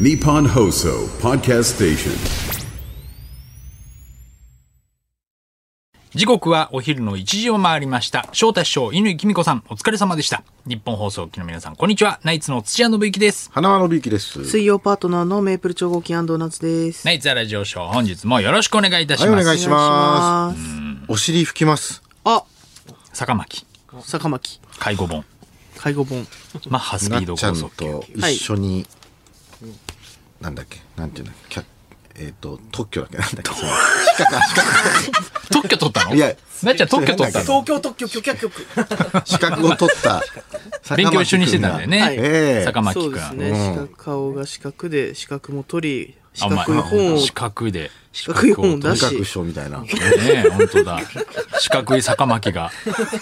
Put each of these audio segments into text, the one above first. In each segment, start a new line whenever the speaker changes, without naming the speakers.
Nippon Hoso Podcast Station.
時刻はお昼の1時を回りました。翔太師匠、乾きみこさん、お疲れ様でした。日本放送機の皆さん、こんにちは。ナイツの土屋信之です。
花輪のびきです。
水曜パートナーのメープル超合金ナーツです。
ナイツアラジオショー、本日もよろしくお願いいたし
は
ま
いお
す。
願いします
お願いし
お尻拭きます。
ます。
坂巻、
あ、坂巻、
介護本、
介護本。
マッハスピ
なっ
ード
ち
高
ゃん
速球
と一緒に、なんだっけ、なんていうの、キャえっ、と、特許だっけ、なんだっけ、その資格、資
特許取ったの
いや
なっちゃん特許取ったの
東京特許許可局。
格資格を取った坂巻君が、
勉強一緒にしてたんだよね。
はい
ええ
坂巻く。
そうんですね。四角顔が四角で、四角も取り、四
あお前
角い本を。
四角いで。四
角い本を
文
出し
学賞みたいな。
ねえ、本当だ。四角い坂巻が、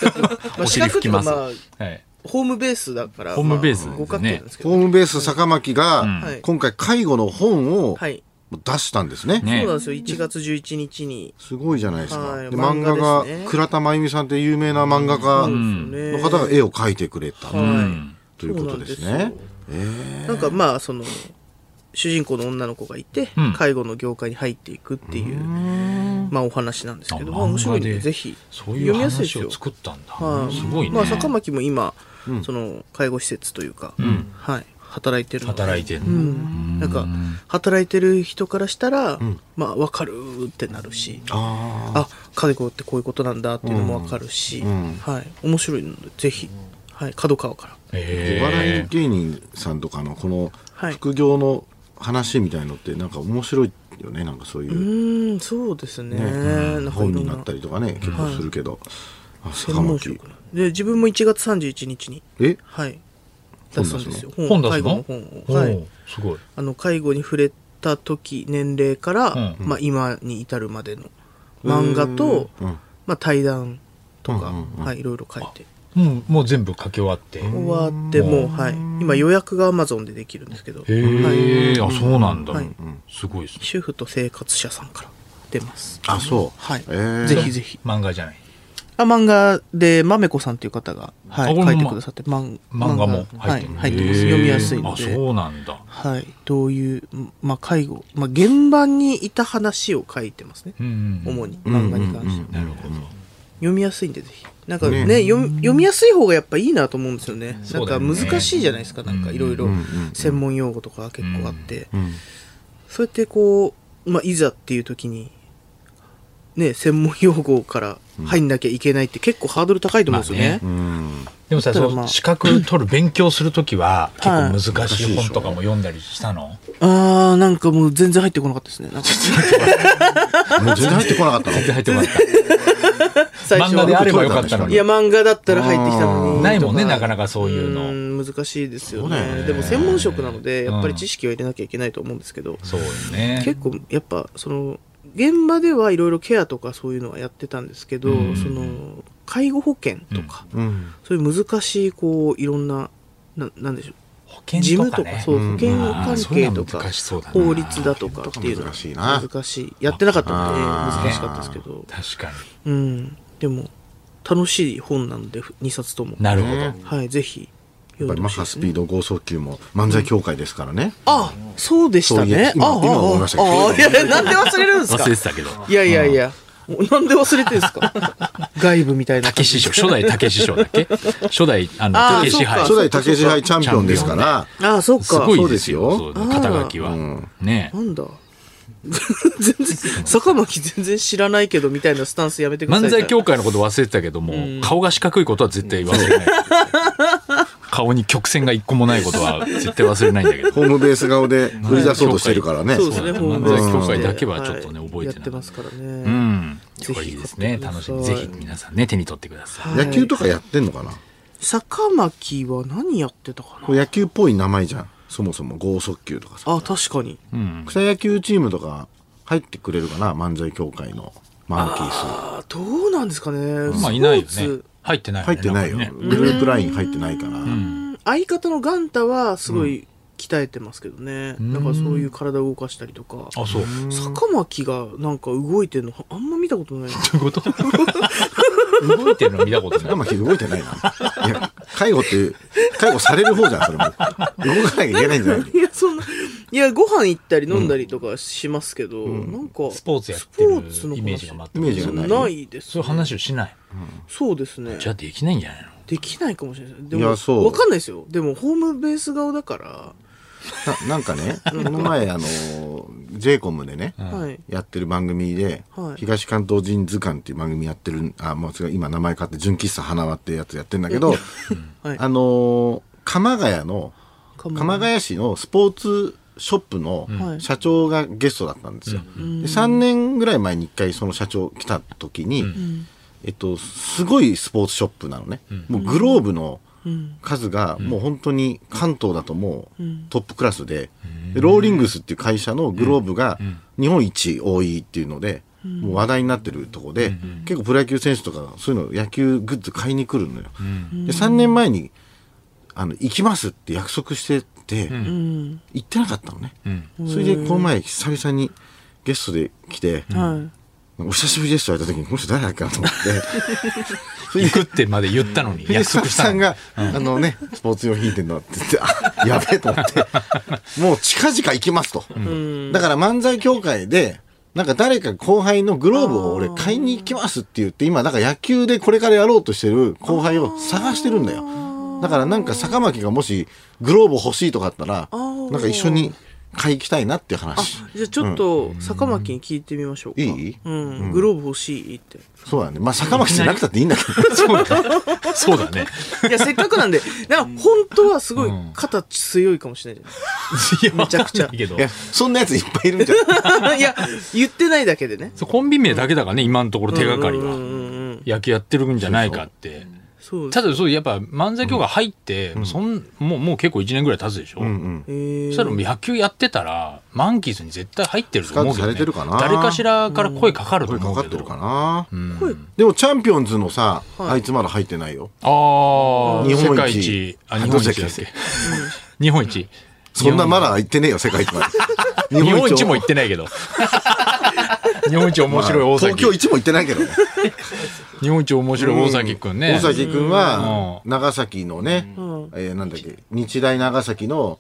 お
まあ
尻拭きます。
四角っていうか
はい。
まあホームベースだから。
ホームベースですね
まあ五角形なんですけど。
ホームベース坂巻が、
はい
今回介護の本を
はい。
出したんですね。
そ
ね
うなんですよ。1月11日に。
すごいじゃないですか。
はい
で漫
漫
画
画
が、
ですね
倉田真由美さんという有名な漫画家の方が絵を描いてくれた、
は
ということです
そうなん
ね
で。い。なんかまあ、その、主人公の女の子がいて
うん、
介護の業界に入っていくっていう、まあお話なんですけど、
あ
まあ面白いん
漫画
で、
で
ぜひ。
そういう
読みやすいです
話
よ
を作ったんだ。
はい、
すごいね。
まあ、坂巻も今、その介護施設というか、はい、働いてるので
働いてる
う
の
ん、なんか働いてる人からしたら、まあ分かるってなるし
あ
あ介護ってこういうことなんだっていうのも分かるし、はい、面白いのでぜひ、はい、角川から
お笑
え
い芸人さんとかのこの
はい
副業の話みたいのってなんか面白いよねなんかそういうう
ーんそうですねなんかいろ
本
ん
になったりとかね結構するけど、あ坂
専門
巻
職ので自分も1月31日に、
え
はい、出すんですよ
ー本出す
介護の
の
本を、
お
はい
ー、すごい。
あの介護に触れた時年齢から、
う
まあ、今に至るまでの漫画と、まあ、対談とか、はい、いろいろ書いて
もう、もう全部書き終わって。
終わってもう、はい、今予約が Amazon でできるんですけど、はい、
へえ、あ、そうなんだ
はい。
すごいですね。
主婦と生活者さんから出ます
あそう、
はい
えー
ぜひぜひ
漫画じゃない。
あ漫画でまめこさんっていう方が、は
あ
い、
これも
書いてくださって漫
漫画も
は
入っ
い
てる。
入ってます
へー
読みやすいの
あ、
で
そうなんだ。
はい、どういう、まあ、介護、まあ、現場にいた話を書いてますね、
うんうん。
主に漫画に関して
な
は、
るほど。
読みやすいんでぜひなんかね読み読みやすい方がやっぱいいなと思うんですよね
そうだ
な
よ
ん
ね
か難しいじゃないですかなんかいろいろ専門用語とかが結構あって、そうやってこう、まあ、いざっていう時にね専門用語から入んなきゃいけないって結構ハードル高いと思うんですよね,、
でもさ、
ただ
そ
ま
の
あ
資格取る勉強するときは、
はい
結構難しい本とかも読んだりした の
ああなんかもう全然入ってこなかったですねなんか
もう全然入ってこなか ったの
入ってもらっ
最
た。漫画であればよかったの
い
に
や。漫画だったら入ってきたのに
ないもんね、
と
なかなかそういう
う
の。
ん難しいですよ
そうだよね
ねでも専門職なのでやっぱり知識を入れなきゃいけないと思うんですけど、
そうよね。
結構やっぱその現場ではいろいろケアとかそういうのはやってたんですけど、その介護保険とか、
うん
そういう難しいこういろんなななんでしょう
保険
事務
とか
と
ね
かそう保険関係と
あーそういうのは
か
難しそうだな
法律だとかっていうのは
難しいな
難しいやってなかったので
あー
難しかったですけど、
確か
うん、でも楽しい本なので2冊とも
に。なるほど
ね。
はいぜひ
やっぱ
読ん
り
で
マ
ほ
ッ
しい
ハ
で
ス
す
ピ
ね
ード豪速球も漫才協会ですからね、
あそうでし
そ
たね
ういえ
あ
今
あ
今思いましたけど
ああいやなんで忘れるんですか
忘れてたけど。
いやいやいや、なんで忘れてんすか外部みたいな
竹
感
師
じ。
匠、初代竹師匠だっ け初代、あの、
あー
竹師
あ
杯。
初代竹支配チャンピオンですから
ああ、そっか。
すご
そ
いうで
ですす
よ。
よ
そう肩書きは。ね
なんだ。全然、坂巻全然知らないけどみたいなスタンスやめてください。
漫才協会のこと忘れてたけども、顔が四角いことは絶対忘 れない。顔に曲線が一個もないことは絶対忘れないんだ けど。
ホームベース顔で売り出そうとしてるからね
そうですね、
そう
ホームペー
漫
ジ
才協会
として
だけはちょっとね覚えてない
やってますからね。
うん。
ぜひ
これいいですね。楽しみ。ぜ
買ってください
ひ皆さんね、手に取ってください。
はい
野球とかやってんのかな
坂巻は何やってたか
こう野球っぽい名前じゃんそもそも豪速球とかさ
なあ、確かに。
草野球チームとか入ってくれるかな漫才協会のマンキー
あどうなんですかね。
まあ、いないよ
スポ
ね
ーツ。
入ってない
ス
よね。
入ってないよ、
中にね
グループライン入ってないから、
うん相方のガンタはすごい鍛えてますけどね。なんかそういう体を動かしたりとか。
あ、そう。
坂巻がなんか動いてるのあんま見たことない。
どういうこと 動いてるの見たことない
で。も動いてないな。いや、介護って、介護される方じゃん、それも。動かなきゃいけないんじゃない
いや、そんな、いや、ご飯行ったり飲んだりとかしますけど、なんか、
スポーツやってる
スポーツの話
イメージが全
イ
く
メージがない
ないです、
そういう話をしない
そうですね。
じゃあできないんじゃないの
できないかもしれないです。で
いやそ
も、
う
わかんないですよ。でも、ホームベース顔だか
ななんかね、この前、あのー、j コムでね、
ら、はい。
やってる番組で、
はい
東関東人図鑑っていう番組やってる、あ、もうそれ今名前変わって、純喫茶花輪ってやつやってるんだけど、
はい
あのー鎌ヶ谷の、
鎌
鎌ヶ谷市のスポーツショップの
はい
社長がゲストだったんですよ。で3年ぐらい前に1回その社長来た時に、えっと、すごいスポーツショップなのね。もうグローブの数がもう本当に関東だともうトップクラスで、でローリングスっていう会社のグローブが日本一多いっていうので、もう話題になってるとこで、結構プロ野球選手とかそういうの野球グッズ買いに来るのよ。で3年前にあの行きますって約束してて、
うん。
行ってなかったのね、
ん
それでこの前久々にゲストで来て、
はい。
お久しぶりですと言われた時にこの人誰だっけなと思って
行
それで
くってまで言ったのに約
スタッ
束
フ
した
さ
の
ん
に
が、あのね、スポーツ用品店だって言って、 あ、やべえと 思って、もう近々行きますと。だから漫才協会で、なんか誰か後輩のグローブを俺買いに行きますって言って、今、なんか野球でこれからやろうとしてる後輩を探してるんだよ。だからなんか坂巻がもしグローブ欲しいとかあったら、
ー
なんか一緒に買いに行きたいなっていう
あ
話。、
じゃあちょっと、坂巻に聞いてみましょうか。
いい
うん。グローブ欲しいって。
そうだね。まあ坂巻じゃなくたっていいんだけど。
そうだそうだね
いや、せっかくな んで、なんか本当はすごい肩強いかもしれないじ
いや
めちゃくちゃ
わかんないけど
いや、そんなやついっぱいいるんじゃん。
ゃないいや、言ってないだけでね。
そうコンビ名だけだからね今のところ手がかり
うん
は
うんうん。
野球やってるんじゃないかって
そうです
ただそうやっぱ漫才協会入ってそんもうもう結構1年ぐらい経つでしょ
うん
そ
えー
したら野球やってたらマンキーズに絶対入ってると思うけど、ね、
スカウトされてるかな
誰かしらから声かかると
これ
思
か
う
かっ
け
て
ど
るかな。
声
でもチャンピオンズのさ、
はい
あいつまだ入ってないよ。
ああ
日本一
世界一あ日本一だっけ 日本一
そんなまだ行ってねえよ、世界一まで。
日本一も行
っ
ってない けど日本一面白い大崎、
東京一も行ってないけどね。
日本一面白い大崎くんね、
大崎くんは
う、
長崎のね、えーなんだっけ、日大長崎の、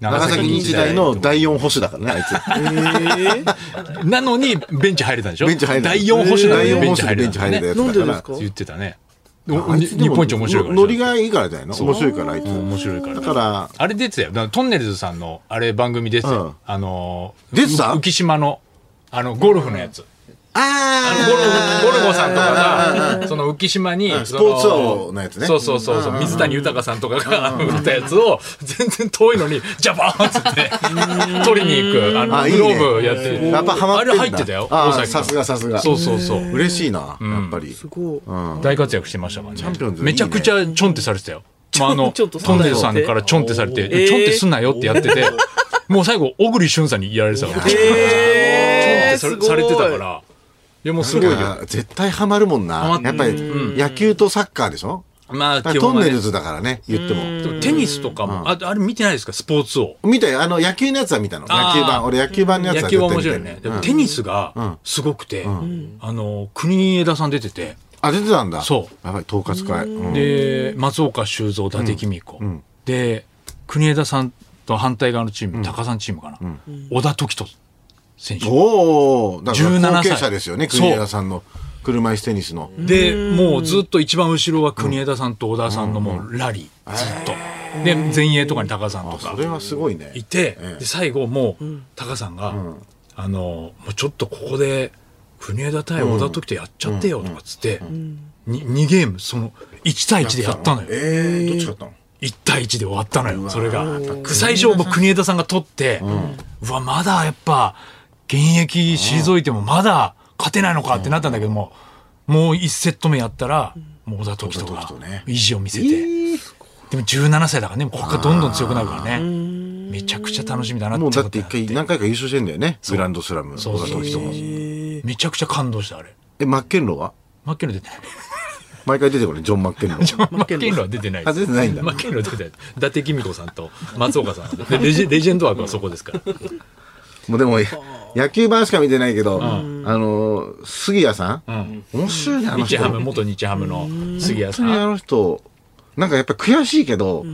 長
長
崎
崎
日
日
大
大の第4保守だからね、あい
なのにベンチ入れたんでし
つ。
ょ
ベンチ入れない
第4保守なの
第
に
四
ベン
保
チ
守
入
で
れたんだ、ね
ベンチ入れた、やつだから。
なんでですか
言ってたね
あ
お
い
に
つで
日
も
本一面白いから
ノリがいいからだよな。面白いから、あいつ。
面白いから
だから、
あれ出てたよ。だからトンネルズさんの、あれ番組出てたよ。
うん
あのー、
出てた
う浮島の、あの、ゴルフのやつ。あのゴル
あ
フ、ゴルゴさんとかが、その浮島に、
ん
その
スポーツ王のやつね
そうそうそうそう、水谷豊さんとかが、あの、打ったやつを、全然遠いのに、ジャバーンっつって、取りに行く、あの、
あい
グ
い
ロ
ね
ーブやってる。
やっぱハマってんだ
あれ入ってたよ、
あー
大崎さん
さすがさすが
そうそうそう。
嬉しいな、やっぱり。
すごい。
大活躍してましたからね。
ャンピオンズいい
め
ね
ちゃくちゃちょんってされてたよ。まあ、あの、
ちょんちょんと
トンネルさんからちょんってされて、
ー
ちょんってすんなよってやって て、もう最後、小栗旬さんにやられてたから、ちょんって
えー
さ
す
れ
ごい
されてたから、いやもうすごいよ。
なんか絶対ハマるもんな
ハ。マ
や
っ
っぱり野球とサッカーでしょ
まあ、
だか
基
らト
本
ン
は
ネ
ね
ル、ズだからね、言っても。
でもテニスとかも、ああれ見てないですか、スポーツを。
見たよ。あの、野球のやつは見たの。
あ
野
ー
球版。俺野球版のやつ
野
は
球
絶
は面
対見た
白
よ
いね。でもテニスがすごくて、あの、国枝さん出てて、
あ、出てたんだ。
そう
やばい、統括会。うん
で松岡修造伊達公子、で国枝さんと反対側のチーム、高さんチームかな、小田時人選手
おお、だから
17
後
歳
継者ですよね、国枝さんの車椅子テニスの。
でもうずっと一番後ろは国枝さんと小田さんのもうラリーずっと、で前衛とかに高さんと
あ、
か
それはすごいね。
いて、
ええ
で最後もう高さんが、あのもうちょっとここで国枝対小田時人やっちゃってよとかっつって、に2ゲームその1対1でやったのよ。
ええ、どっち勝ったの
1対1で終わったのよそれが最初僕国枝さんが取って、うわまだやっぱ現役退いてもまだ勝てないのかってなったんだけども、もう1セット目やったら、もう小田時人
小田
が
凱人ね
意地を見せて、でも17歳だからねここからどんどん強くなるからねめちゃくちゃ楽しみだなって
もう
こと
だ
にな
って一回何回か優勝してんだよね、グランドスラム。
そうそう
小田凱人も
めちゃくちゃ感動したあれ
え、マッケンローは
マッケンロー出てない
毎回出てこれ、ジョン・マッケンロー。
マッケンローは出てない
あ、出てないんだ。
マッケンロー出てない伊達公子さんと松岡 さんでレジレジェンド枠はそこですから
もうでも、野球版しか見てないけど、あの、杉谷さん面白いね、あの
日
人。
ハム元日ハムの杉谷
本当に
さ
あ
ん
の人、なんかやっぱ悔しいけど、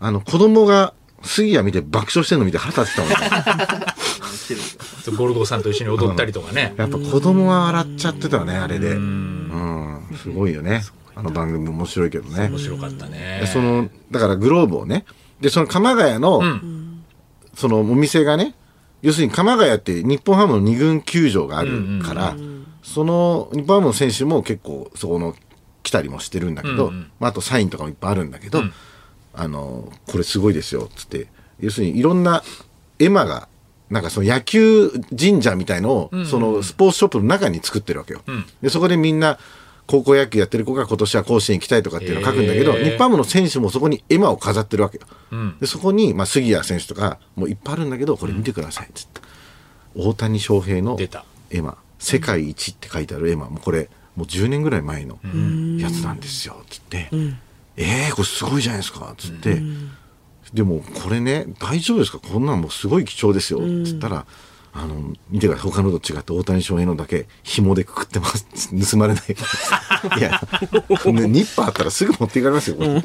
あの子供が杉谷見て爆笑してんの見て腹立ってたもんね。
ゴルゴさんと一緒に踊ったりとかね。
やっぱ子供は笑っちゃってたね、あれで。うん。すごいよね。あの番組面白いけどね
面。白かったね
で。その、だからグローブをね。で、その鎌ヶ谷の、そのお店がね、要するに鎌ヶ谷って日本ハムの二軍球場があるから、その日本ハムの選手も結構そこの来たりもしてるんだけど、
うんうん
まあ、あとサインとかもいっぱいあるんだけど、あの、これすごいですよ、つって。要するにいろんな絵馬が、なんかその野球神社みたいのを、そのスポーツショップの中に作ってるわけよ。で、そこでみんな、高校野球やってる子が今年は甲子園行きたいとかっていうのを書くんだけど、
へー
日本ハムの選手もそこに絵馬を飾ってるわけよ。
うん
でそこに、まあ、杉谷選手とかもういっぱいあるんだけどこれ見てくださいっつって、大谷翔平の
出た
絵馬「世界一」って書いてある絵馬もうこれもう10年ぐらい前のやつなんですよっつって「えー、これすごいじゃないですか」っつって。でもこれね大丈夫ですかこんなんもうすごい貴重ですよって言ったら、あの見てください他のと違って大谷翔平のだけ紐でくくってます 盗まれない ようにいや、ねニッパーあったらすぐ持っていかれますよこれ いや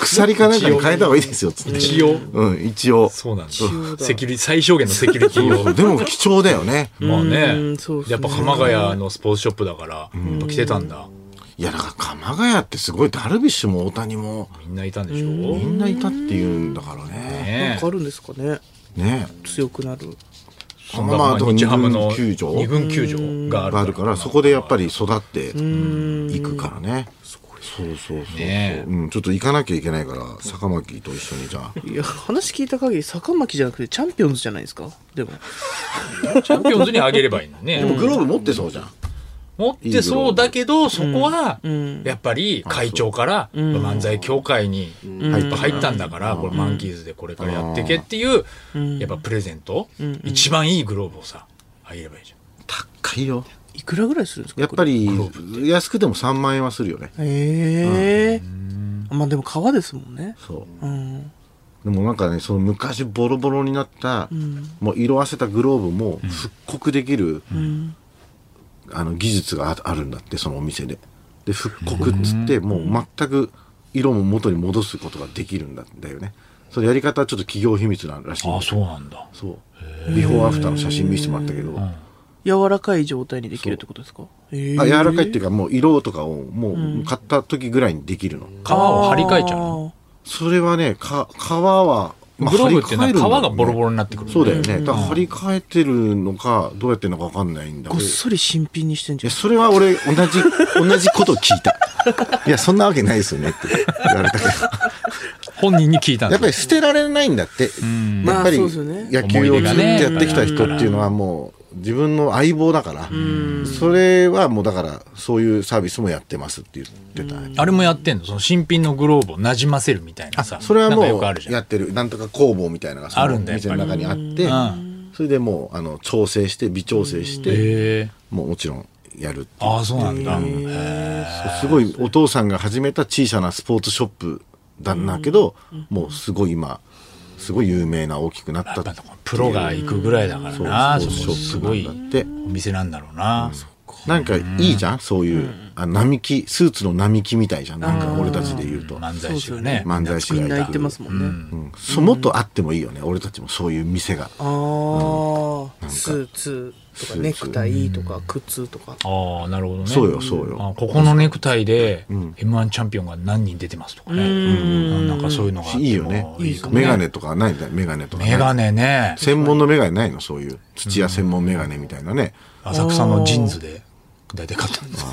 鎖かなんかに変えた方がいいですよっつって
一応
うん一応
そうなんです
応だ
セキュリティ、最小限のセキュリティを。
でも貴重だよね
まあ
う
ね
んそうっ。すね
やっぱ鎌ヶ谷のスポーツショップだから、やっぱ来てたんだ。
いやだから鎌ヶ谷ってすごいダルビッシュも大谷も
みんないたんでし
み
ょ
んないたっていうんだからね
なん
ね
かあるんですかね
ね
強くなる
そん
ま
な
あまあでも
日ハムの
二軍球場
二軍球場がある
があるからそこでやっぱり育って行くからねそうそうそうそう、
ねえ
うん、ちょっと行かなきゃいけないから坂巻と一緒にじゃあ
いや話聞いた限り坂巻じゃなくてチャンピオンズじゃないですかでも
チャンピオンズにあげればいいのね。
グローブ持ってそうじゃん
持ってそうだけど、そこは、やっぱり会長から漫才協会にやっぱ入ったんだから、これマンキーズでこれからやってけっていう、やっぱプレゼント、一番いいグローブをさ、あげればいいじゃ
高いよ
いくらぐらいするんですか
やっぱ
り
り安くても3万円はするよね
へえまあでも川ですもんね
そう、でもなんかねその昔ボロボロになった、もう色あせたグローブも復刻できる、あの技術がああるんだってそのお店でで復刻っつってもう全く色も元に戻すことができるんだよねそのやり方はちょっと企業秘密なんらしいん
ん。
だ
そうなんだ。
そうビフォーアフターの写真見せてもらったけど、あ
柔らかい状態にできるってことですか柔
柔らかいっていうかもう色とかをもう買った時ぐらいにできるの、
皮を張り替えちゃうの。
それはねか皮は、まあ
グローブってなんか皮がボロボ
ロ
ロになってくる、
そうだよ。ね。だから張り替えてるのか、どうやってるのかわかんないんだけ
ごっ
ど。い
そり新品にしてんじ
や、
ゃ
それは俺、同じ、同じことを聞いた。いや、そんなわけないですよねって言われた けど。
本人に聞いたん
や
で
っ
す
ぱり捨てられないんだって。
ん
やっぱり
まあそうですよね
野球をずっとやってきた人っていうのはもう自分の相棒だから、それはもうだからそういうサービスもやってますって言ってた。
あれもやってんのその新品のグローブをなじませるみたいなさ。
それは
なんか
も
よくある
う
じゃ
や
ん。
ってるなんとか工房みたいなのがそ
あ
の
るんだやっ
店
ぱ
の
り
中にあって
うん
それでもうあの調整して微調整して
へえ。
もうもちろんやるっていう
ああ、そうなんだ。
そうすごいお父さんが始めた小さなスポーツショップなんだけどもうすごい今すごい有名な大きくなった
やっぱプロが行くぐらいだからな。
そう
その
ス
す
ポ
ご
ーツシ
い
ョップなんだって
お店なんだろうな。
なんかいいじゃんそういうあ並木スーツの並木みたいじゃんなんか俺たちで言うと
漫才師がね。
漫才師
ん
が
みん
い
な
た
行ってますもんね、
うんそうもっとあってもいいよね俺たちもそういう店が
ああ、スーツとかネクタイとか靴とか
ああ、なるほどね。
そうよそうよ
あここのネクタイで M1 チャンピオンが何人出てますとかね。うんなんかそういうのがあっても
いいよね
いいかもね。
メガネとかないんだよメガネとかない
メガネね。
専門のメガネないのそういう土屋専門メガネみたいなね
浅草のジーンズで大体買ったんです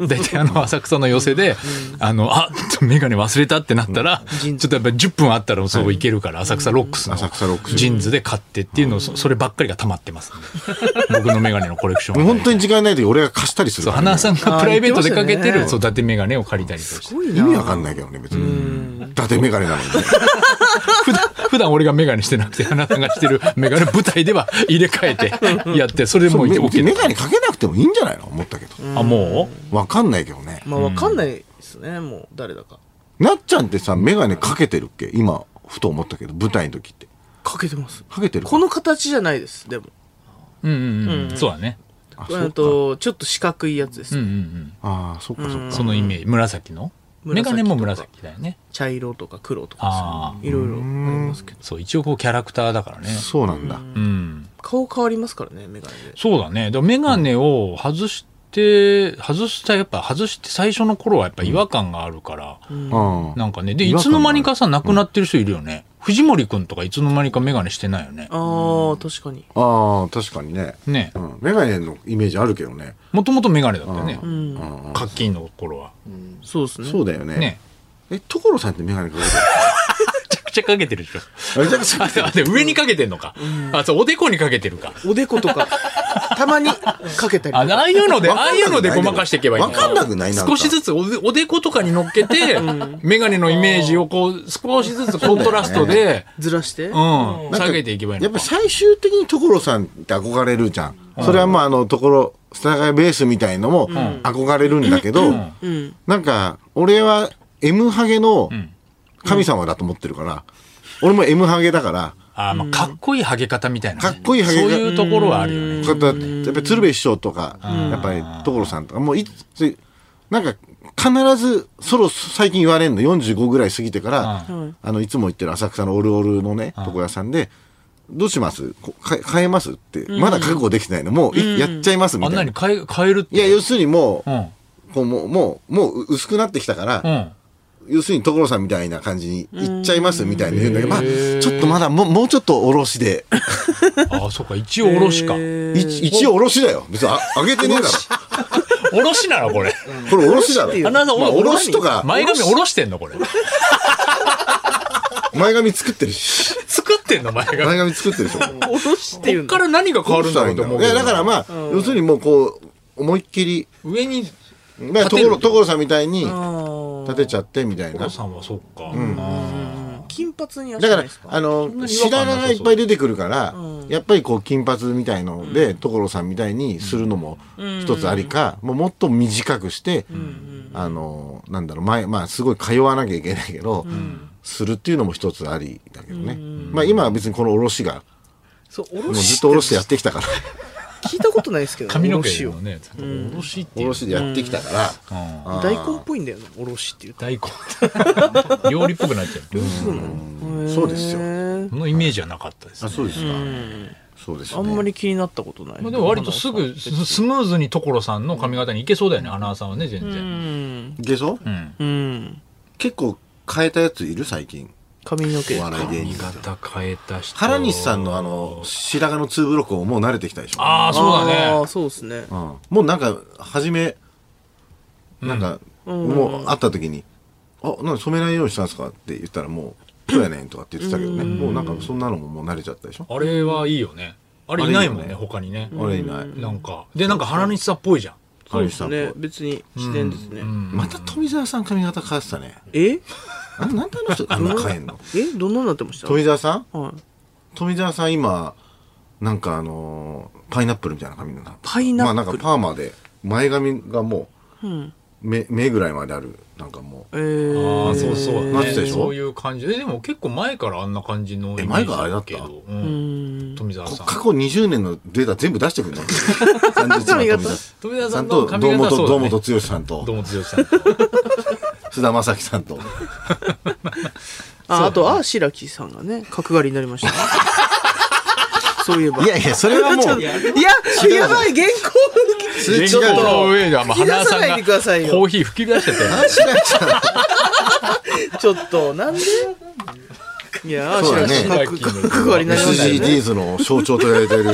よ大体あの浅草の寄せで、あのあ眼鏡忘れたってなったら、
ジーン
ちょ
ズ
っとやっぱり10分あったらそういけるから、浅草ロックスの
浅草ロックス
ジーンズで買ってっていうのをそそればっかりが溜まってます、僕の眼鏡のコレクション
もう
は
本当に時間ない時俺が貸したりする
そう
からね
花輪さんがプライベートでかけて
あー言ってました
る
ね
そう伊達眼鏡を借りたりとかして
ごい
意味わかんないけどね別に伊達メガネなのに ね
普段普段俺が眼鏡してなくて花さんがしてる眼鏡舞台では入れ替えてやってそれでもう
メ
OK
メガネかけなくてもいいんじゃないの思ったけど
あも
わかんないけどね
まあわかんないですね、もう誰だか
なっちゃんってさメガネかけてるっけ今ふと思ったけど舞台の時って
かけてます
かけてる
この形じゃないですでも
ううんうんうんそうだね
あそ
えっ
うか
とちょっと四角いやつです、
うんうんうん
あーそっかそっか
そのイメージ紫のメガネも
紫とか
紫だよね
茶色とか黒とか
あ
さいろいろありますけど
そう一応こうキャラクターだからね
そうなんだ。
うん
顔変わりますからねメガネで
そうだね。だからメガネを外して、外した、やっぱ外して最初の頃はやっぱ違和感があるから、
うん。
なんかね、で、
違
い
和
つ
感が
の間にかさ、亡くなってる人いるよね。藤森くんとかいつの間にかメガネしてないよね。
ああ確かに
ああ、確かにね。
ね
うん。メガネのイメージあるけどね。
もともとメガネだったよね
う。
うん
課金の頃は。
そうですね
そうだよね。
ね。
え、所さんってメガネか けて
めちゃくちゃかけてるで しょ。
るあじゃあそ
あ、であで上にかけてんのか。あ、そう、おでこにかけてるか。
おでことかたまにかけたり
あああいうので、ああいうのでごまかしていけばいい
わかんなくないなんか
少しずつおでおでことかに乗っけて、メガネのイメージをこう、少しずつコントラストで、
ずらして
うん、
なんか
下げていけばいい
や
の
っ
か
ぱ。最終的に所さんって憧れるじゃん。それはまああの所、スタイベースみたいのも憧れるんだけど、
うん
なんか俺は M ハゲの神様だと思ってるから、俺も M ハゲだから、
あーまあ、かっこいいハゲ方みたいなね、
かっこいいハゲ
そ
方
ういうところはあるよね。
やっぱ鶴瓶師匠とか、やっぱり所さんとか、もういつ、なんか必ず、そろ最近言われんの、45ぐらい過ぎてから、あの、いつも行ってる浅草のオルオルのね、床屋さんで、どうしますこか変えますって、まだ覚悟できてないの、もういやっちゃいますみ
あん
た
ないに
な。
変え、変えるって。
いや、要するにも
うん。
う、こうもう、もう、もう薄くなってきたか
う
ら、
ん。
要するに所さんみたいな感じに行っちゃいますみたいな言うんだけど、まあ、ちょっとまだもう、もうちょっとおろしで、
ああ、そうか、一応おろしか。
一一応おろしだよ。別にあ上げてねえだろ。
おろしなのこれ。
これおろしだろ。
おろしっていう
花田さん、
まあおろしとか
前髪おろしてんのこれ。
前髪作ってるし。
作ってんの前髪。
前髪作ってるでしょ。
おろしってい
こ
う
っ
の
から何が変わるんだろうと思う
い
けど
や、だからまあ、要するにもうこう、思いっきり、
上に、
だから
立てる
所、所さんみたいに
あ
立てちゃってみたい
お
な。
父
だ
さんはそっか。
あ金髪にはし
か
ない
ら
です、か
あの、
に違和感
白
なさそう
髪がいっぱい出てくるから、やっぱりこう、金髪みたいので、所さんみたいにするのも一つありか、もうもっと短くして、あの、なんだろう、前、まあ、すごい通わなきゃいけないけど、するっていうのも一つありだけどね。まあ、今は別にこのおろしが、
そうお
も
ろ
う
し
ずっとおろしでやってきたから。
聞いたことないですけどね
髪の
おろし
毛
を
をね、ちょっとおろしって
お
いう
ろ。しでやってきたから、
うん
大根っぽいんだよねおろしっていう
大根。料理っぽくなっちゃう。
そうですよ
よ
そのイメージはなかったですね。
うですか。そうです
あ
よね。
んまり気になったことない
まあ、でも割とすぐススムーズに所さんの髪型にいけそうだよね花輪さんはね全
う
然、
ん
でしょ
うん、
うん
結構変えたやついる最近。
髪の毛
お笑い芸
髪
人が。
型変えた人
原西さんのあの、白髪のツーブロックをもう慣れてきたでしょ。
ああそうだ
あ
ね
ーそうですね
うん。もうなんか、初め、なんか、もう会った時に、あ、なんで染めないようにしたんですかって言ったらもう、そうやねんとかって言ってたけどね。もうなんかそんなのももう慣れちゃったでしょ。
あれはいいよねあれいないもんね
あれいいよ
他にね、
俺いない。
なんかでなんか原西さんっぽいじゃん
原西さんっぽい
ね別に自然ですね
また富澤さん髪型変わってたね。
え
あなんであの人あんな変えんの
えどんなになってました
富澤さん
はい
富澤さん今なんかあのーパイナップルみたいな髪のな
パイナップル
まあなんかパーマで前髪がも
うん
う目目ぐらいまであるなんかもう
えー
ああそうそう、
なってたでしょ
そういう感じででも結構前からあんな感じの
え
イメージ
前からあれだった
けど、う、
うんん
富澤
こ
さん
過去20年のデータ全部出してく るの ?30
髪型
富
富
澤
澤さ
さ
ん
ん
と
の
堂
髪型はそ
本
うだ
堂
ね
本剛さんと
堂本剛さんと
菅田将暉さんと
ああとあー白木さんがね角刈りになりま したねそういえば
いやいやそれはもう
いややばい原稿
それ違う
ちょっとの上ではまあ
吹き出
花
さない
さ
で
ん
く
が
ださいよ
コーヒー吹き出してて
ちょっとなんでいやあ
そうだね
白木さん角角刈りになりましたよね
SDGs の象徴と言われてい る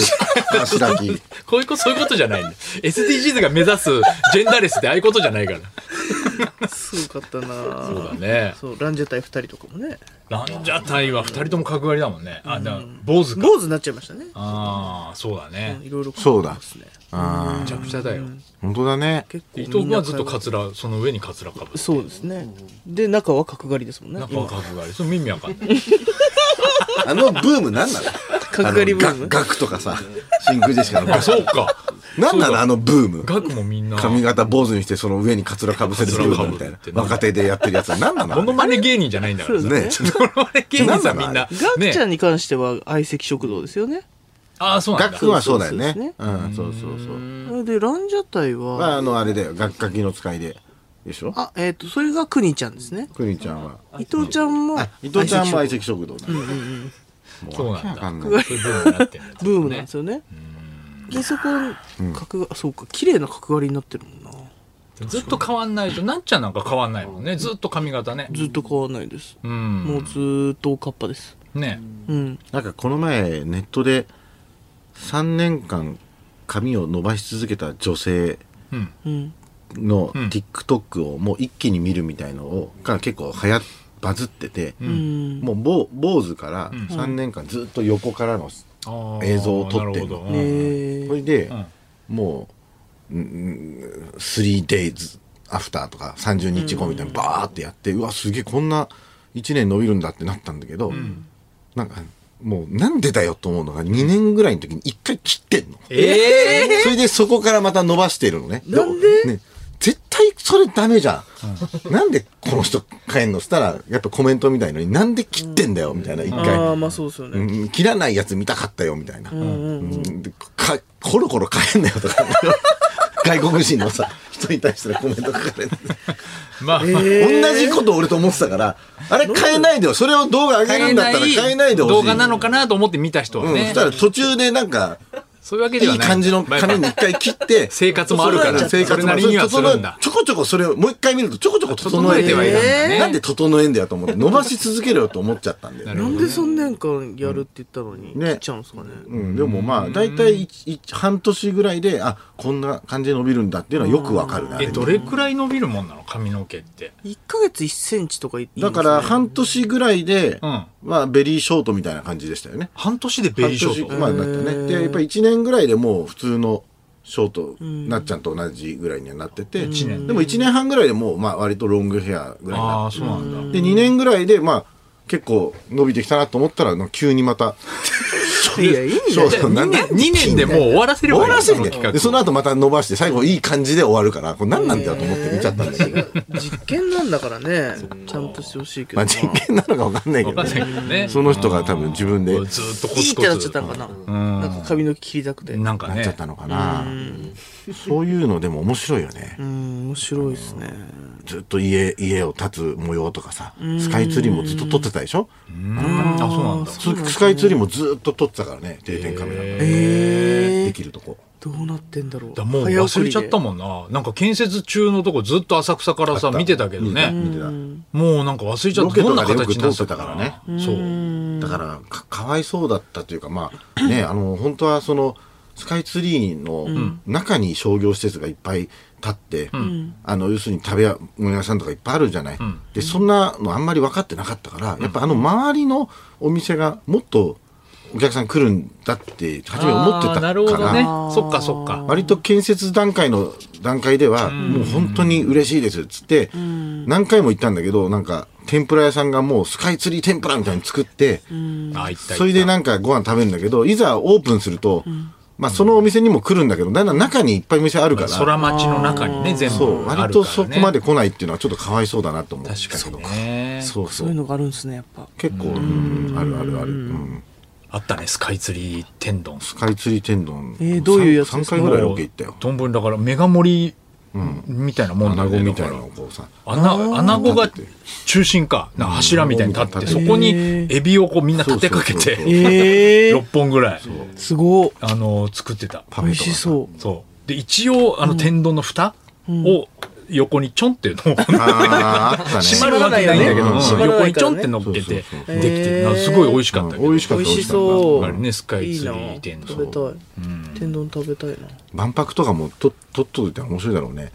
白木
こういうこと、そういうことじゃないんだ。SDGs が目指すジェンダーレスってああいうことじゃないから。
すごかったな
そうだね。
そうランジェタイ2人とかもね
ランジャタイは二人とも角刈りだもんね。あ、だから坊主か。
坊主になっちゃいましたね
ああ、そうだね。
いろいろ
そうだ
すね
あ
めちゃくちゃだよ。
ー本当だね
結構
伊
みん
藤君
な
はずっとカツラ、その上にカツラかぶって。
そうですねで中は角刈りですもんね
中は角刈り。それ耳わかんない。
あのブームなんなの
角刈りブー
あ
ム
の ガガクとかさ、真空ジェシカのガ
あ、
ク。
そうか。
なんなのあのブーム。
ガクもみんな。
髪型坊主にしてその上にカツラかぶせるブームみた
カツラ被
いな
るって。ね
若手でやってるやつは何なの
モノマネ芸人じゃないんだからさ。
ね、ちょっと
モノマネ芸人さんみん
なんなの
な
あ。
ガクちゃん
ね。
に関しては相席食堂ですよね
ああ、そうなん
ガ
だ
ク。はそうだよね。
そうそう
うん、そうそうそう。
でランジャタイは
まあ、あの、あれだよ、ガッカキの使いで、でしょ
あ、えっ、と、それがくにちゃんですね。
くにちゃんは
伊藤ちゃんも、
あ伊藤ちゃんも
相
相
席
席食堂だねも
そうなんだ
わけわかんない
そういう部分になってるんだ
食堂ブームなんですよね。で、そこ、角が、そうか、綺麗な角刈りになってるもんな。
ずっと変わんないとなっちゃんなんか変わんないもんねずっと髪型ね
ずっと変わらないです。
うん
もうずーっとおかっぱです。
ね
うん。
なんかこの前ネットで3年間髪を伸ばし続けた女性
うん
うん。
の
うん
TikTok をもう一気に見るみたいのをが結構流行っバズってて、
うん。
もう坊坊主から
ん
3年間ずっと横からの、
あー
映像を撮ってんの
なるほど
ねえ
それで、
うん
もう、うんうん、3days after とか30日後みたいなバーってやって、うわすげえこんな1年伸びるんだってなったんだけど、なんかもうなんでだよと思うのが2年ぐらいの時に1回切ってんの。
ええ
それでそこからまた伸ばしてるのね。
なんで
ね絶対それダメじゃん。なんでこの人変えんのしたら、やっぱコメントみたいのになんで切ってんだよみたいな、一回。
ああ、まあそうですよね。
うん切らないやつ見たかったよみたいな、うんでかコロコロ変えんなよとか外国人のさ人に対してのコメント書かれて、
まあ
同じこと俺と思ってたからあれ変えないでよそれを動画上げるんだったら変えないでほしい
動画なのかなと思って見た人は
うん、そ
ね
したら途中でなんか
そういうわけ
い
ではいない
感じの髪に一回切って
生活もあるから
生活
それなりにはするんだ
ちょこちょこそれをもう一回見るとちょこちょこ整え
整え
て
てはいるんだね
なんで整えんだよと思って伸ばし続けろよと思っちゃったんだよね
なんで3年間やるって言ったのに、
ね
切っちゃうんですかね。
うん、でもまあ大体いい半年ぐらいであこんな感じで伸びるんだっていうのはよくわかるねあ
え
れ
どれくらい伸びるもんなの髪の毛って
1ヶ月1センチとか言っていいん
だ
ですね
から半年ぐらいで、
うん
まあ、ベリーショートみたいな感じでしたよね
半年でベリーショート
半年まあなったねでやっぱり1年ぐらいでもう普通のショート、なっちゃんと同じぐらいにはなってて、
一年
でも1年半ぐらいでもう、まあ、割とロングヘアぐらいに
あ
な
あ
って
そうなんだ
で2年ぐらいでまあ結構伸びてきたなと思ったらなんか急にまた
いや、いいん
ショー
じゃあ
トな
2
んで
年二年でもう終わらせればいい
終わらせん
の
で
企画
でその後また伸ばして最後いい感じで終わるからこれ何なんだよと思って見ちゃったんだけど、
実験なんだからね、ちゃんとしてほしいけ
ま
ど
あ
な。
人権なのか分かんないけ
わ
ど
かんないけ
ね
どね
その人が多分自分で
うんずっとコ
いい
ツ
っ
コ
てなっちゃった
ツ
のかな。なんか髪の毛切りたくて。うん、
なんか
なっちゃっ
ね
たのかなそういうのでも面白いよね
面白いですね。
ずっと家家を建つ模様とかさスカイツリーもずっと撮ってたでしょ
うんあそうなんだ
ススカイツリーもずっと撮ってたからね定点カメラで
ええー、
きるとこ
どうなってんだろう。
だもう忘れちゃった
ん。
もんな。なんか建設中のとこずっと浅草からさ、見てたけど
見
ね。
てた
もうなんか忘れちゃ
ロ
った。
ケ
どん
と
な
かでよく
形に
撮
な
っ
ってて
た
た
から
か
ね
ら。そう。
だからかかわいそうだったというかまあねあの本当はそのスカイツリーの中に商業施設がいっぱい建って、あの要するに食べ物屋さんとかいっぱいあるじゃない、でそんなのあんまり分かってなかったから、やっぱあの周りのお店がもっとお客さん来るんだって初め思ってた
あー
から
なるほどね。そっかそっか。
割と建設段階の段階では、もう本当に嬉しいですっつって、何回も行ったんだけど、なんか、天ぷら屋さんがもうスカイツリー天ぷらみたいに作って、
あ、いったいった。
それでなんかご飯食べるんだけど、いざオープンすると、まあそのお店にも来るんだけど、だんだん中にいっぱい店あるから、
空町の中にね、全部。
そう、
あ
割
るからね
とそこまで。来ないっていうのはちょっとかわいそうだなと思う。
確かにね。
そうそ
そういう
う。
のがあるんですね、やっぱ。
結構、うんあるあるある。うん
あったね、スカイツリー天丼。
スカイツリー天丼。
えーどういうやつ
三
ですか
回ぐらいロケ行ったよ。
丼ぶりだから、メガ盛りみたいなもんだ
穴
ね
子みたい
だ
な
か
のをこうさ。
ら穴、穴子が中心か。なんか柱みたいに立って、そこにエビをこうみんな立てかけ
そうそうそう
て、
ええ
6本ぐらい、
すごい。
あの、作ってた。
パ
美
フェと
味
か
しそう。
そう。で、一応、あの、天丼の蓋を横にちょん っていうのを、
あーあったね。
閉まるわけないんだけど、
うん
うん
閉まら
横
ない
に
か
ち
ら
ょ
ね
んって乗っけて、で
そ
き
うそう
そう
て、
へー
なんかすごい美味しかったけ
う
ど
ん美味しかっ
美
た
味し
美
やっ
そ
ぱり
う。
ねスカイツリー
いい
天丼
な食べたい。天丼食べたいな。
万博とかもと取っといたら面白いだろうね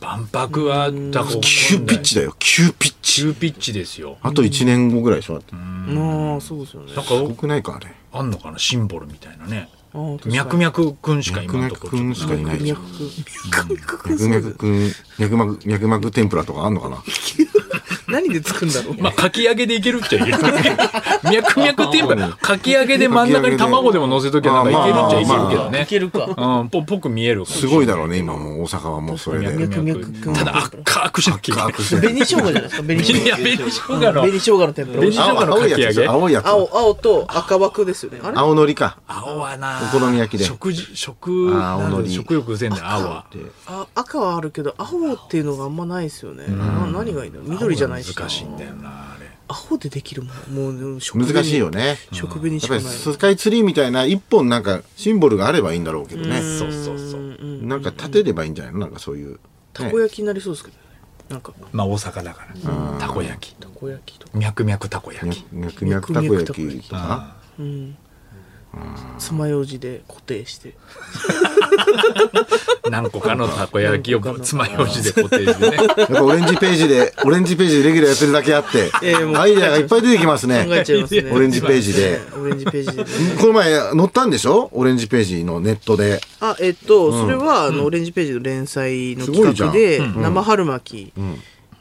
万博は、だから
急ピッチだよ急ピッチ
急ピッチですよ。
あと1年後ぐらいでしょだって
ああ、そうですよね。
なんか、
すごくないかあれ
あんのかなシンボルみたいなね。
あー確かに
脈々くんしか今のとこ
脈々く
ろ
ん。しかいないじゃん
脈々。脈々
脈々くん脈々脈々天ぷらとかあんのかな
何でつくんだ ろう。
まあ、かき揚げでいけるっちゃい ける。脈々って言えば、かき揚げで真ん中に卵でも乗せときゃなんかいけるっちゃいけるけどね。
いけるか。
うん、ぽ、ぽく見える。
すごいだろうね、今もう大阪はもうそれで。
脈々君。
ただ、赤くしなきゃいけない。
紅生姜じゃないですか、紅生 姜。
いや、紅生姜の
紅生姜の天ぷら。
紅生姜のかき揚げ
青いやつ。
青、青と赤枠ですよね。あれ
青のりか。
青はな
お好み焼きで
食事、食、
あー青のり
食欲全然青は。
あ赤はあるけど、青っていうのがあんまないですよね。な何がいいの緑じゃないし。
難しいんだよな、あれ。
青でできるもん。もう、食紅
難しいよ。ね。
食紅
や
し
っぱ
か
り
ない。
スカイツリーみたいな一本なんかシンボルがあればいいんだろうけどね。
そうそうそう。
なんか立てればいいんじゃないのなんかそういう。
たこ焼きになりそうですけどね。なんか、
まあ、大阪だから。たこ焼き。
たこ焼きとか。
脈々たこ焼き。
脈々たこ焼きとか。
うん。爪楊枝で固定して。
何個かのたこ焼きを爪楊枝で固定してね。
やっぱオレンジページで、オレンジページでレギュラーやってるだけあって、
ええもう
アイデアがいっぱい出てきますね。
考えちゃいますね。
オレンジページで。
オレンジページで。
この前載ったんでしょオレンジページのネットで。
あ、えっと、それは、あの、オレンジページの連載の企画で、生春巻き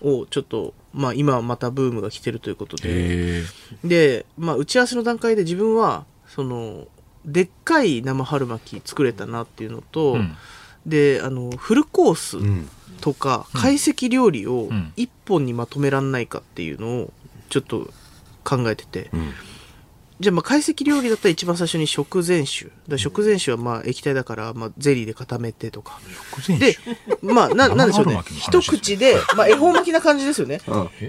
をちょっと、まあ、今はまたブームが来てるということで、で、まあ、打ち合わせの段階で自分は、その、でっかい生春巻き作れたなっていうのと、で、あの、フルコースとか、懐石料理を一本にまとめらんないかっていうのを、ちょっと考えてて、じゃあ、まあ、解析料理だったら一番最初に食前酒。だから食前酒はまあ液体だから、まあ、ゼリーで固めてとか。で、まあ、な、なんでしょうね。一口で、まあ、恵方巻きな感じですよね。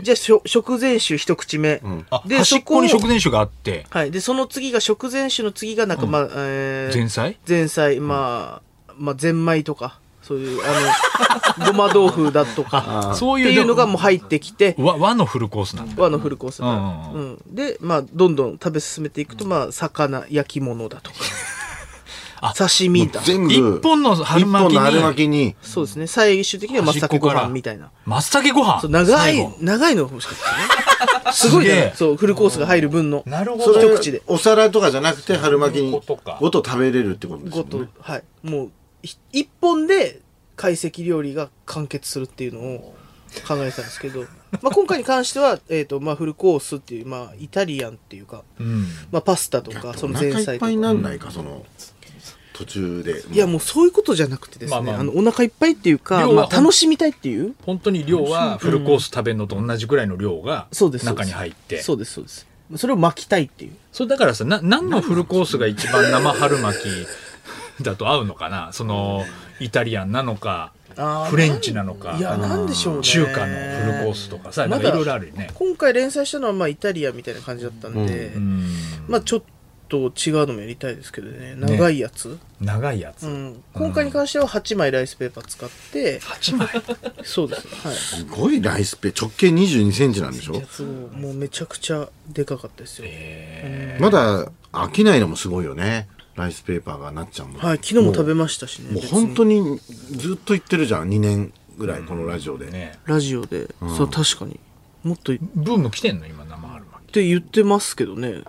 じゃあ、しょ食前酒一口目。
あ
で、
端
そ
っこ
こを
に食前酒があって、
はい。で、その次が食前酒の次が、なんか、まあ、えー
前菜
前菜、まあ、まあ、ゼンマイとか、そういう、あの、ご ま豆腐だとか、
そう
っていうのがもう入ってきて、
和和のフルコースなんだ。
和のフルコースだ、
うん
うんで、まあ、どんどん食べ進めていくと、まあ、魚焼き物だとか
あ
刺身だ
全部。
一本の春巻き
一本の春
に
巻きに。
そうですね最終的には松茸ご飯みたいな
松茸ご飯
そう長
最
い
後
長いのが欲しかったねすごい
すげ
ね
え
そうフルコースが入る分の
なるほ
そ
ど
れ
一口で
お皿とかじゃなくて春巻きに
とか
ごと食べれるってことです
ご
よ
と
ね。
はいもうひ一本で懐石料理が完結するっていうのを考えてたんですけど、 まあ、今回に関しては、えーとまあ、フルコースっていう、まあ、イタリアンっていうか、まあ、パスタとかそ
お
の
腹
前
いっ
菜とか
ぱいになんないか、その、途中で。
いやもうそういうことじゃなくてです
ま
ね、
あまあ
あのお腹いっぱいっていうか、
量は
まあ、楽しみたいっていう
本当に量はフルコース食べるのと同じぐらいの量が
そうですそうで
中
す
に入って
そうですそうですそれを巻きたいっていう
それだからさな何のフルコースが一番生春巻きだと合うのかなそのイタリアンなのか
あー
フレンチなのか
いやなんでしょうね
中華のフルコースとかさなんかいろいろあるよね
今回連載したのはまあイタリアみたいな感じだったんで、まあちょっと違うのもやりたいですけどね長いやつ、
長いや
う
つ
ん、今回に関しては8枚ライスペーパー使って、
8枚
そうです、はい、
すごいライスペ直径22センチなんでしょ
やつをもうめちゃくちゃでかかったですよ、
まだ飽きないのもすごいよね。ライスペーパーがなっちゃうもん。
はい、昨日も食べましたしね
もう
別に
本当にずっと言ってるじゃん、2年ぐらい、このラジオで。
ね
ラジオで、そう確かにもっといっ
ブーム来てんの今生春巻き
て言ってますけどね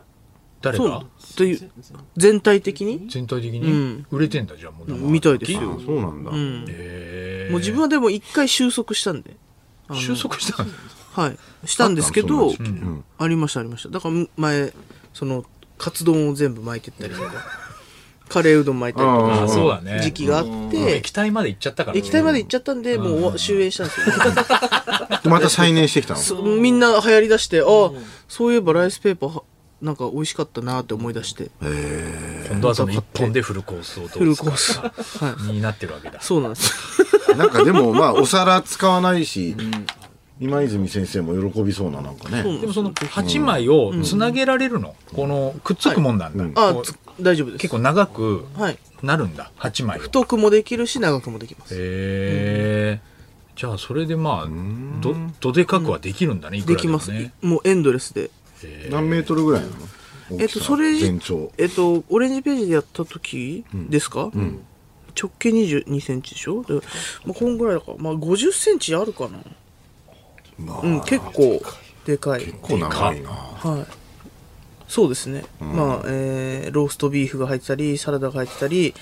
誰
そう
が
なんという全体的に
全体的に売れてんだじゃあもう生春巻き
みたいです
あ
よ。
そうなんだ。
へ
もう自分はでも一回収束したんで。
ー収束したの
はい。したんですけど、
あったのそんな時期うん
ありましたありました。だから前、その、カツ丼を全部巻いてったりとか、カレーうどん巻いたりと
あ
か、
そうだね
時期があっ て
液、体まで行っちゃったからね
液体まで行っちゃったんで、もう終わ終焉したんですよ。
でまた再燃してきたの。
そみんな流行りだして、ああ、そういえばライスペーパーは、なんか美味しかったなって思い出して、
今度はその1本でフルコースをどう
フルコー
す
ス。
るか
はい。
になってるわけだ
そうなんです。
なんかでも、まあ、お皿使わないし、今泉先生も喜びそうな、なんかね。
でもその8枚をつなげられるの、このくっつくもんなんだ、
あ
こう
つ大丈夫です。
結構長く
はい。
なるんだ8枚を
太くもできるし、長くもできます。
へえじゃあそれでまあどどでかくはできるんだねいく
で
ら
き
でも
ます。
ね
もうエンドレスで。
何メートルぐらいなの
えっと、それ、
全長。
えっと、オレンジページでやった時ですか、直径22センチでしょで、まあ、こんぐらいだから、まあ、50センチあるかな。
まあ、
うん、
結
結構、でかい。
構長いな。
はい。そうですね。まあ、えー、ローストビーフが入ってたり、サラダが入ってたり、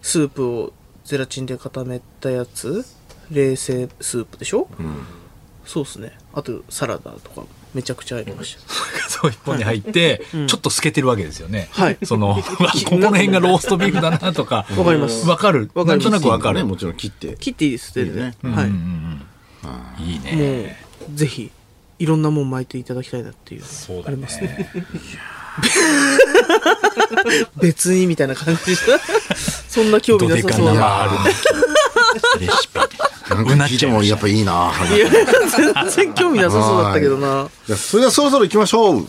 スープをゼラチンで固めたやつ、冷製スープでしょ、そうですねあとサラダとかめちゃくちゃ入りました
そう一本に入って、ちょっと透けてるわけですよね。
はい
その、あここの辺がローストビーフだなとか。
わかります
わかる。
わ
な
かり
んと
ます
なくわかる。
ねもちろん切って
切っていいです全
いい
然
ね
はい、
いいね。
もうぜひいろんなもん巻いていただきたいなっていう
そう
あ
だ
り
ね
ま すね別にみたいな感じでしたそんな興
ど
味な
で
さ
か
そう
生
な
あるレシピ。
なんか聞いてもやっぱいいな。
いや全然興味なさそうだったけどな
じゃあそれではそろそろ行きましょう。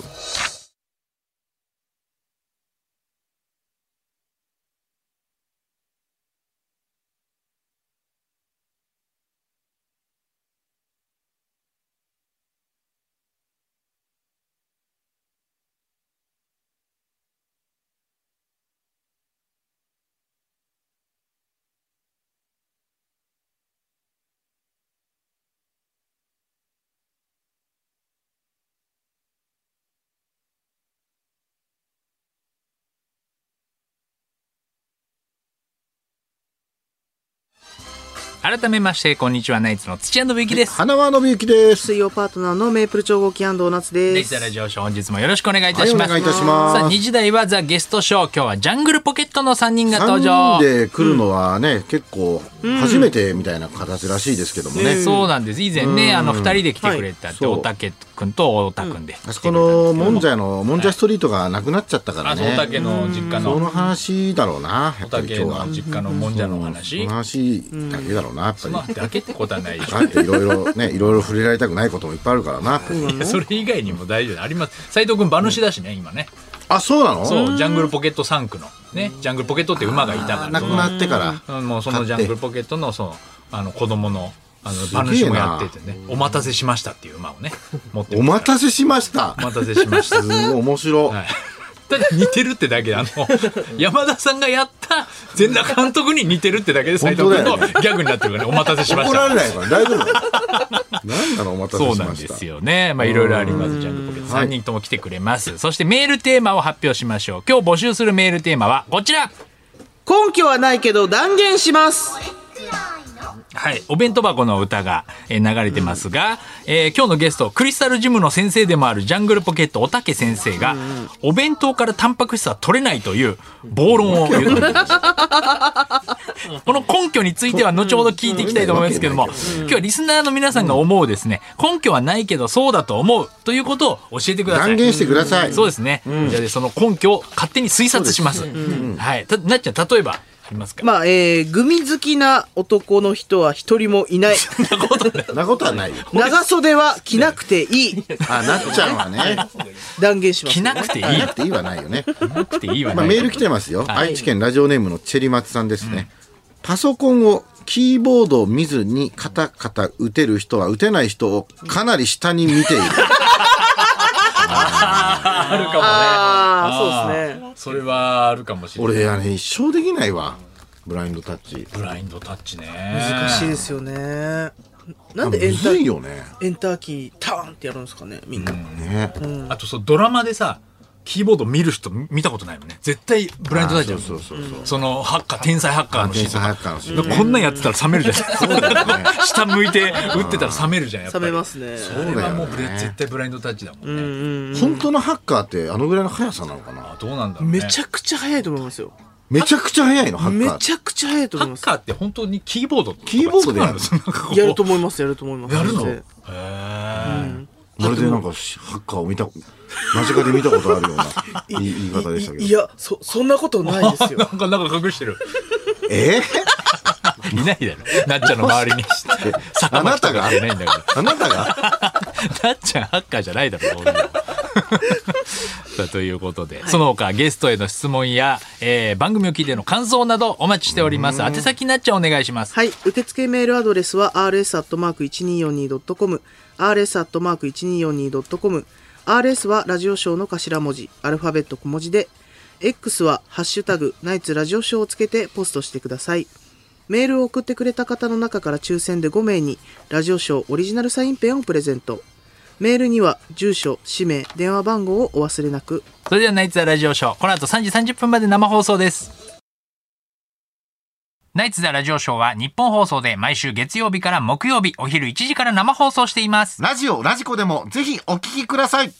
改めまして、こんにちは、ナイツの土屋信之です。
花輪信之です。
水曜パートナーのメープル超合金ドーナツで
デジ
す
タルラジオショー本日もよろしくお願いい
は
た
い、
し
お
ます。
願いいたし
さあ
ます。
2時台はザ・ゲストショー今日はジャングルポケットの3人が登場
3人で来るのはね、結構初めてみたいな形らしいですけどもね。
そうなんです以前ねあの2人で来てくれたって
はい
おたけくんとおたくんで
あ
来
そ
てくれた
こ
んです
の
け
も
ど
ん
も
じゃのもんじゃストリートがなくなっちゃったから
あそうおたけ
ね。
の実家
その
の
話だろうな。や
お
っぱ
た
り
け
今日は
の。実家のもんじゃの話
その話だけだろうな、やっぱり。
まあだけってことはないでしょ
だっていろいろね、いろいろ触れられたくないこともいっぱいあるからな。
いやそれ以外にも大丈夫あります斉藤君馬主だしね今ね
あ、そうなの
そうジャングルポケット3区のねジャングルポケットって馬がいた
あ
か
ー
ら
な
そ
く
の
なってから。
うんもうそのジャングルポケットのそうあの子供のあの
げえな
馬主もやっててねお待たせしましたっていう馬をね持って
お
ま
待たせしました。
お待たせしました
すごい面白い。
はい。た だ似てるってだけで あの山田さんがやった全裸監督に似てるってだけで斎藤君の
本当だよ
ギャグになってるからねお待たせしまし
怒られ
た
ないから大丈 夫。何なのお待たせ
そう
し
な
ま
んで
した。
すよねまあいろいろありますジャンルポケット
はい
3人とも来てくれます、そしてメールテーマを発表しましょう今日募集するメールテーマはこちら
根拠はないけど断言します
はい、お弁当箱の歌が、えー流れてますが、えー今日のゲストクリスタルジムの先生でもあるジャングルポケットおたけ先生が、お弁当からタンパク質は取れないという暴論を言っておりましたこの根拠については後ほど聞いていきたいと思いますけども今日はリスナーの皆さんが思うですね根拠はないけどそうだと思うということを教えてください。
断言してください。
そうですね、じゃあその根拠を勝手に推察します。はい、たなっちゃん例えばありますか、
まあ、えー、グミ好きな男の人は一人も いない。
そんなことはないよ。
長袖は着なくていい。
あ、なっちゃんはね。
断言します。
着なくていい
なっていいはないよね。
っていいわね。
まあメール来てますよ。愛知県ラジオネームのチェリマツさんですね。パソコンをキーボードを見ずにカタカタ打てる人は打てない人をかなり下に見ている。
あるかもね。
ああ、そうですね。
それはあるかもしれない。
俺あれ一生できないわ。ブラインドタッチ。
ブラインドタッチね。
難しいですよね。なんでエ
む
ンタ
ずい
ー、
よね。
エンターキー、ターンってやるんですかね、みんな。
ね。
あとそうドラマでさ、キーボード見る人見たことないもんね。絶対ブラインドタッチだ
そうそう
もん
そうそう。
そのハッカー天才ハッカーの
天
人と
才
か
ハッカーの人
こんなんやってたら冷めるじゃん。下向いて打ってたら冷めるじゃん。やっぱ
冷
り
めますね。
あれはもうブレ
そうだよね
絶対ブラインドタッチだもんね。
本当のハッカーってあのぐらいの速さなのかな
あどうなんだろうね。
めちゃくちゃ早いと思いますよ。
めちゃくちゃ速いのハッ
め
カーって
ちゃくちゃ早いと
ハ
思いま
ッ
す。
カーって本当にキーボードとか
キーボードでやるの
そうなのなんかこう
やると思います、やると思います。
やるの
先
へー
まるでなんかハッカーを見た間近で見たことある ような言い言い方でした
生
けど
いや、そ、そんなことないですよ
な。んかなんか隠してる。
え
いないだろ。なっちゃんの周りに。
あなたが
いないんだから。
あなたが
なっちゃんハッカーじゃないだろ、俺は さあということで、その他ゲストへの質問や、えー番組を聞いての感想などお待ちしております。宛先なっちゃんお願いします。
はい。受付メールアドレスは rs.1242.com、rs.1242.com、rs はラジオショーの頭文字、アルファベット小文字で、X はハッシュタグ、ナイツラジオショーをつけてポストしてください。メールを送ってくれた方の中から抽選で5名に、ラジオショーオリジナルサインペンをプレゼント。メールには、住所、氏名、電話番号をお忘れなく。
それではナイツザラジオショー、この後3時30分まで生放送です。ナイツ・ザ・ラジオショーは日本放送で毎週月曜日から木曜日お昼1時から生放送しています。
ラジオ、ラジコでもぜひお聞きください。